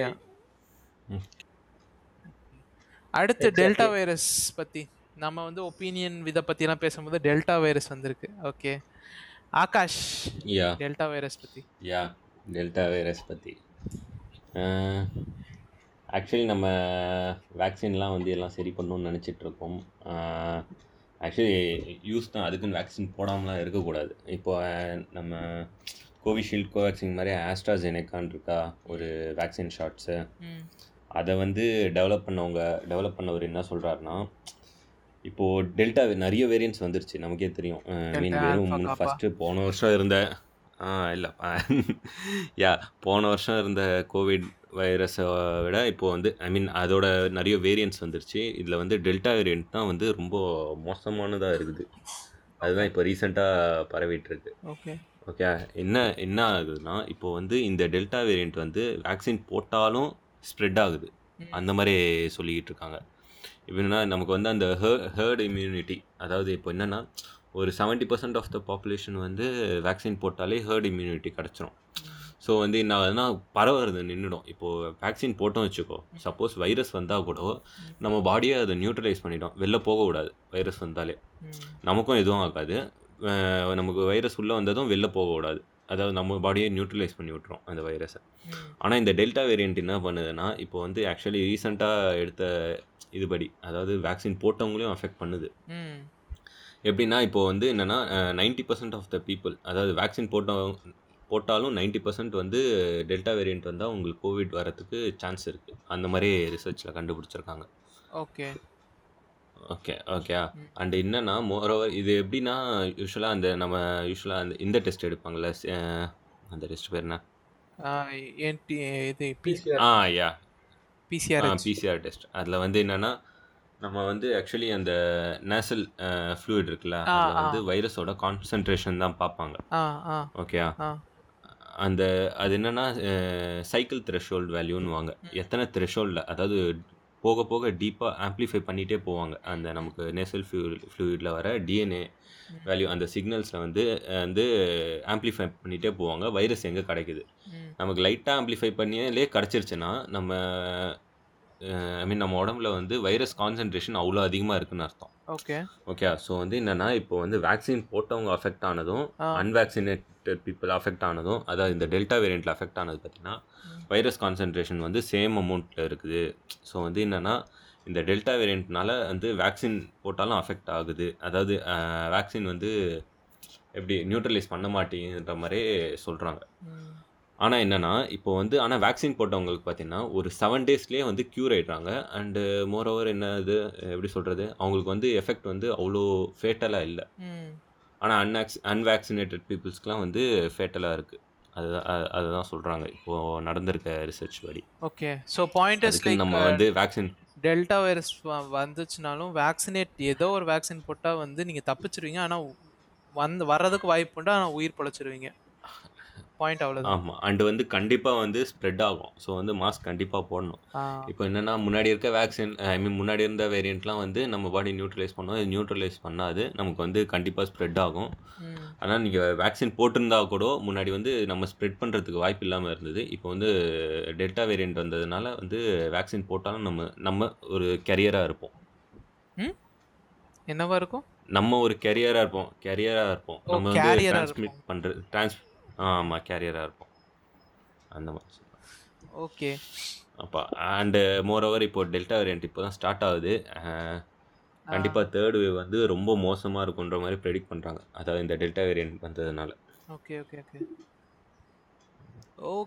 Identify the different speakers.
Speaker 1: யா Hmm. அடுத்து delta virus பத்தி நம்ம வந்து ஒப்பீனியன் இதை பத்திலாம் பேசும்போது டெல்டா வைரஸ் வந்திருக்கு okay Akash
Speaker 2: yeah
Speaker 1: delta virus பத்தி
Speaker 2: யா டெல்டா வைரஸ் பற்றி ஆக்சுவலி நம்ம வேக்சின்லாம் வந்து எல்லாம் சரி பண்ணணும்னு நினச்சிட்ருக்கோம் ஆக்சுவலி யூஸ் தான் அதுக்குன்னு வேக்சின் போடாமலாம் இருக்கக்கூடாது இப்போ அஹ், நம்ம கோவிஷீல்டு கோவேக்சின் மாதிரி ஆஸ்ட்ராஜெனக்கான் இருக்கா ஒரு வேக்சின் ஷாட்ஸு
Speaker 1: ம்
Speaker 2: அதை வந்து டெவலப் பண்ணவங்க டெவலப் பண்ணவர் என்ன சொல்கிறாருன்னா இப்போது டெல்டா நிறைய வேரியன்ட்ஸ் வந்துருச்சு நமக்கே தெரியும் ஐ மீன்
Speaker 1: Delta,
Speaker 2: வெறும்
Speaker 1: Alpha,
Speaker 2: முன்
Speaker 1: Kappa.
Speaker 2: ஃபஸ்ட்டு போன வருஷம் இருந்த ஆ இல்லை யா போன வருஷம் இருந்த கோவிட் வைரஸை விட இப்போது வந்து ஐ மீன் அதோட நிறைய வேரியன்ட்ஸ் வந்துருச்சு இதில் வந்து டெல்டா வேரியன்ட் தான் வந்து ரொம்ப மோசமானதாக இருக்குது அதுதான் இப்போ ரீசெண்டாக பரவிட்டு இருக்கு
Speaker 1: ஓகே
Speaker 2: ஓகே என்ன என்ன ஆகுதுன்னா இப்போ வந்து இந்த டெல்டா வேரியண்ட் வந்து வேக்சின் போட்டாலும் ஸ்ப்ரெட் ஆகுது
Speaker 1: ம்.
Speaker 2: அந்த மாதிரி சொல்லிக்கிட்டு இருக்காங்க இப்போ என்னன்னா நமக்கு வந்து அந்த ஹேர்ட் இம்யூனிட்டி அதாவது இப்போ என்னன்னா ஒரு 70% பர்சன்ட் ஆஃப் த பாப்புலேஷன் வந்து வேக்சின் போட்டாலே ஹேர்ட் இம்யூனிட்டி கிடச்சிரும் ஸோ வந்து என்ன ஆகுதுன்னா பரவுறது நின்றுடும் இப்போது வேக்சின் போட்டோம் வச்சுக்கோ சப்போஸ் வைரஸ் வந்தால் கூட நம்ம பாடியை அதை நியூட்ரலைஸ் பண்ணிடும் வெளில போகக்கூடாது வைரஸ் வந்தாலே
Speaker 1: ம்
Speaker 2: நமக்கும் எதுவும் ஆகாது அஹ் நமக்கு வைரஸ் உள்ளே வந்ததும் வெளில போகக்கூடாது அதாவது நம்ம பாடியை நியூட்ரலைஸ் பண்ணி விட்டுரும் அந்த வைரஸை
Speaker 1: ம்
Speaker 2: ஆனால் இந்த டெல்டா வேரியண்ட் என்ன பண்ணுதுன்னா இப்போ வந்து ஆக்சுவலி ரீசெண்டாக எடுத்த இதுபடி அதாவது வேக்சின் போட்டவங்களையும் அஃபெக்ட் பண்ணுது
Speaker 1: ம்
Speaker 2: எப்படின்னா இப்போ வந்து என்னென்னா ninety percent of the people அதாவது வேக்சின் போட்டவங்க போட்டாலும் நைன்ட்டி பர்சன்ட் வந்து டெல்டா வேரியண்ட் வந்தால் உங்களுக்கு கோவிட் வரத்துக்கு சான்ஸ் இருக்குது அந்த மாதிரி ரிசர்ச்சில் கண்டுபிடிச்சிருக்காங்க
Speaker 1: ஓகே
Speaker 2: ஓகே ஓகேயா
Speaker 1: ம்.
Speaker 2: அண்ட் என்னன்னா மோரோவர் இது எப்படின்னா யூஸ்வலாக அந்த நம்ம யூஸ்வலாக அந்த இந்த டெஸ்ட் எடுப்பாங்கள்ல ஸ்- அஹ், அந்த டெஸ்ட் பேர் என்ன Ah,
Speaker 1: ஏன்டி இது
Speaker 2: ஆ யா Ah,
Speaker 1: பிசிஆர்
Speaker 2: பிசிஆர் டெஸ்ட் அதில் வந்து என்னன்னா நம்ம வந்து ஆக்சுவலி அந்த நேசல் ஃப்ளூயிட் இருக்குல்ல
Speaker 1: ஆ,
Speaker 2: அதில்
Speaker 1: ஆ.
Speaker 2: வந்து வைரஸோட கான்சன்ட்ரேஷன் தான் பார்ப்பாங்க
Speaker 1: ஆ ஆ
Speaker 2: ஓகேயா
Speaker 1: ஆ.
Speaker 2: அந்த அது என்னன்னா uh, சைக்கிள் த்ரெஷோல்டு வேல்யூன்னு வாங்க எத்தனை த்ரெஷோல்டில் அதாவது போக போக டீப்பாக ஆம்ப்ளிஃபை பண்ணிகிட்டே போவாங்க அந்த நமக்கு நேசல் ஃப்ளூ ஃப்ளூயிடில் வர டிஎன்ஏ வேல்யூ அந்த சிக்னல்ஸில் வந்து அஹ், வந்து ஆம்ப்ளிஃபை பண்ணிகிட்டே போவாங்க வைரஸ் எங்கே கிடைக்குது
Speaker 1: ம்
Speaker 2: நமக்கு லைட்டாக ஆம்ப்ளிஃபை பண்ணியே கிடச்சிருச்சுன்னா நம்ம ஐ மீன் நம்ம உடம்புல வந்து வைரஸ் கான்சன்ட்ரேஷன் அவ்வளோ அதிகமாக இருக்குன்னு அர்த்தம்
Speaker 1: ஓகே
Speaker 2: ஓகே ஸோ வந்து என்னென்னா இப்போ வந்து வேக்சின் போட்டவங்க அஃபெக்ட் ஆனதும்
Speaker 1: ஆ.
Speaker 2: அன்வேக்சினேட்டட் பீப்புள் அஃபெக்ட் ஆனதும் அதாவது இந்த டெல்டா வேரியண்ட்டில் அஃபெக்ட் ஆனது பார்த்தீங்கன்னா வைரஸ் கான்சன்ட்ரேஷன் வந்து சேம் அமௌண்ட்டில் இருக்குது ஸோ வந்து என்னென்னா இந்த டெல்டா வேரியண்ட்னால வந்து வேக்சின் போட்டாலும் அஃபெக்ட் ஆகுது அதாவது வேக்சின் வந்து எப்படி நியூட்ரலைஸ் பண்ண மாட்டேங்குன்ற மாதிரி சொல்கிறாங்க
Speaker 1: ம்
Speaker 2: ஆனால் என்னன்னா இப்போ வந்து ஆனால் வேக்சின் போட்டவங்களுக்கு பார்த்தீங்கன்னா ஒரு செவன் டேஸ்லேயே வந்து க்யூர் ஆயிடுறாங்க அண்டு மோரோவர் என்ன இது எப்படி சொல்கிறது அவங்களுக்கு வந்து எஃபெக்ட் வந்து அவ்வளோ ஃபேட்டலாக இல்லை
Speaker 1: ம்
Speaker 2: ஆனால் அன்வேக்ஸ் அன்வேக்சினேட்டட் பீப்புள்ஸ்க்குலாம் வந்து ஃபேட்டலாக இருக்குது அதுதான் அ- அதுதான் சொல்கிறாங்க இப்போது நடந்திருக்க ரிசர்ச் படி
Speaker 1: ஓகே ஸோ பாயிண்ட் இஸ்
Speaker 2: அதுக்கு
Speaker 1: லைக்
Speaker 2: நம்ம வந்து வேக்சின்
Speaker 1: டெல்டா வைரஸ் வந்துச்சுனாலும் வேக்சினேட் ஏதோ ஒரு வேக்சின் போட்டால் வந்து நீங்கள் தப்பிச்சிருவீங்க ஆனால் வந்து வர்றதுக்கு வாய்ப்பு உண்டு ஆனால் உயிர் பொழைச்சிருவீங்க பாயிண்ட் அவ்வளோதான்
Speaker 2: ஆமாம் அண்டு வந்து கண்டிப்பாக வந்து ஸ்ப்ரெட் ஆகும் ஸோ வந்து மாஸ்க் கண்டிப்பாக போடணும்
Speaker 1: ஆ
Speaker 2: இப்போ என்னன்னா முன்னாடி இருக்க வேக்சின் ஐ மீன் முன்னாடி இருந்த வேரியண்ட்லாம் வந்து நம்ம பாடி நியூட்ரலைஸ் பண்ணோம் இது நியூட்ரலைஸ் பண்ணாது நமக்கு வந்து கண்டிப்பாக ஸ்ப்ரெட் ஆகும்
Speaker 1: ம்
Speaker 2: ஆனால் நீங்கள் வேக்சின் போட்டிருந்தா கூட முன்னாடி வந்து நம்ம ஸ்ப்ரெட் பண்ணுறதுக்கு வாய்ப்பு இல்லாமல் இருந்தது இப்போ வந்து டெல்டா வேரியண்ட் வந்ததுனால வந்து வேக்சின் போட்டாலும் நம்ம நம்ம ஒரு கேரியராக இருப்போம்
Speaker 1: ம் என்னவா இருக்கும்
Speaker 2: நம்ம ஒரு கேரியராக இருப்போம் கேரியராக இருப்போம்
Speaker 1: ஓ,
Speaker 2: நம்ம வந்து
Speaker 1: carrier-ஆ
Speaker 2: டிரான்ஸ்மிட் பண்ணுறது டிரான்ஸ் ஆமாம் கேரியராக இருப்போம் அந்த மாதிரி
Speaker 1: ஓகே
Speaker 2: அப்போ அண்டு மோரோவர் இப்போ டெல்டா வேரியண்ட் இப்போ தான் ஸ்டார்ட் ஆகுது அஹ், கண்டிப்பா தேர்ட் வேவ் வந்து ரொம்ப மோசமா இருக்குன்ற மாதிரி ப்ரெடிக்ட் பண்றாங்க அதாவது இந்த டெல்டா வேரியன்ட் வந்ததுனால
Speaker 1: ஓகே ஓகே ஓகே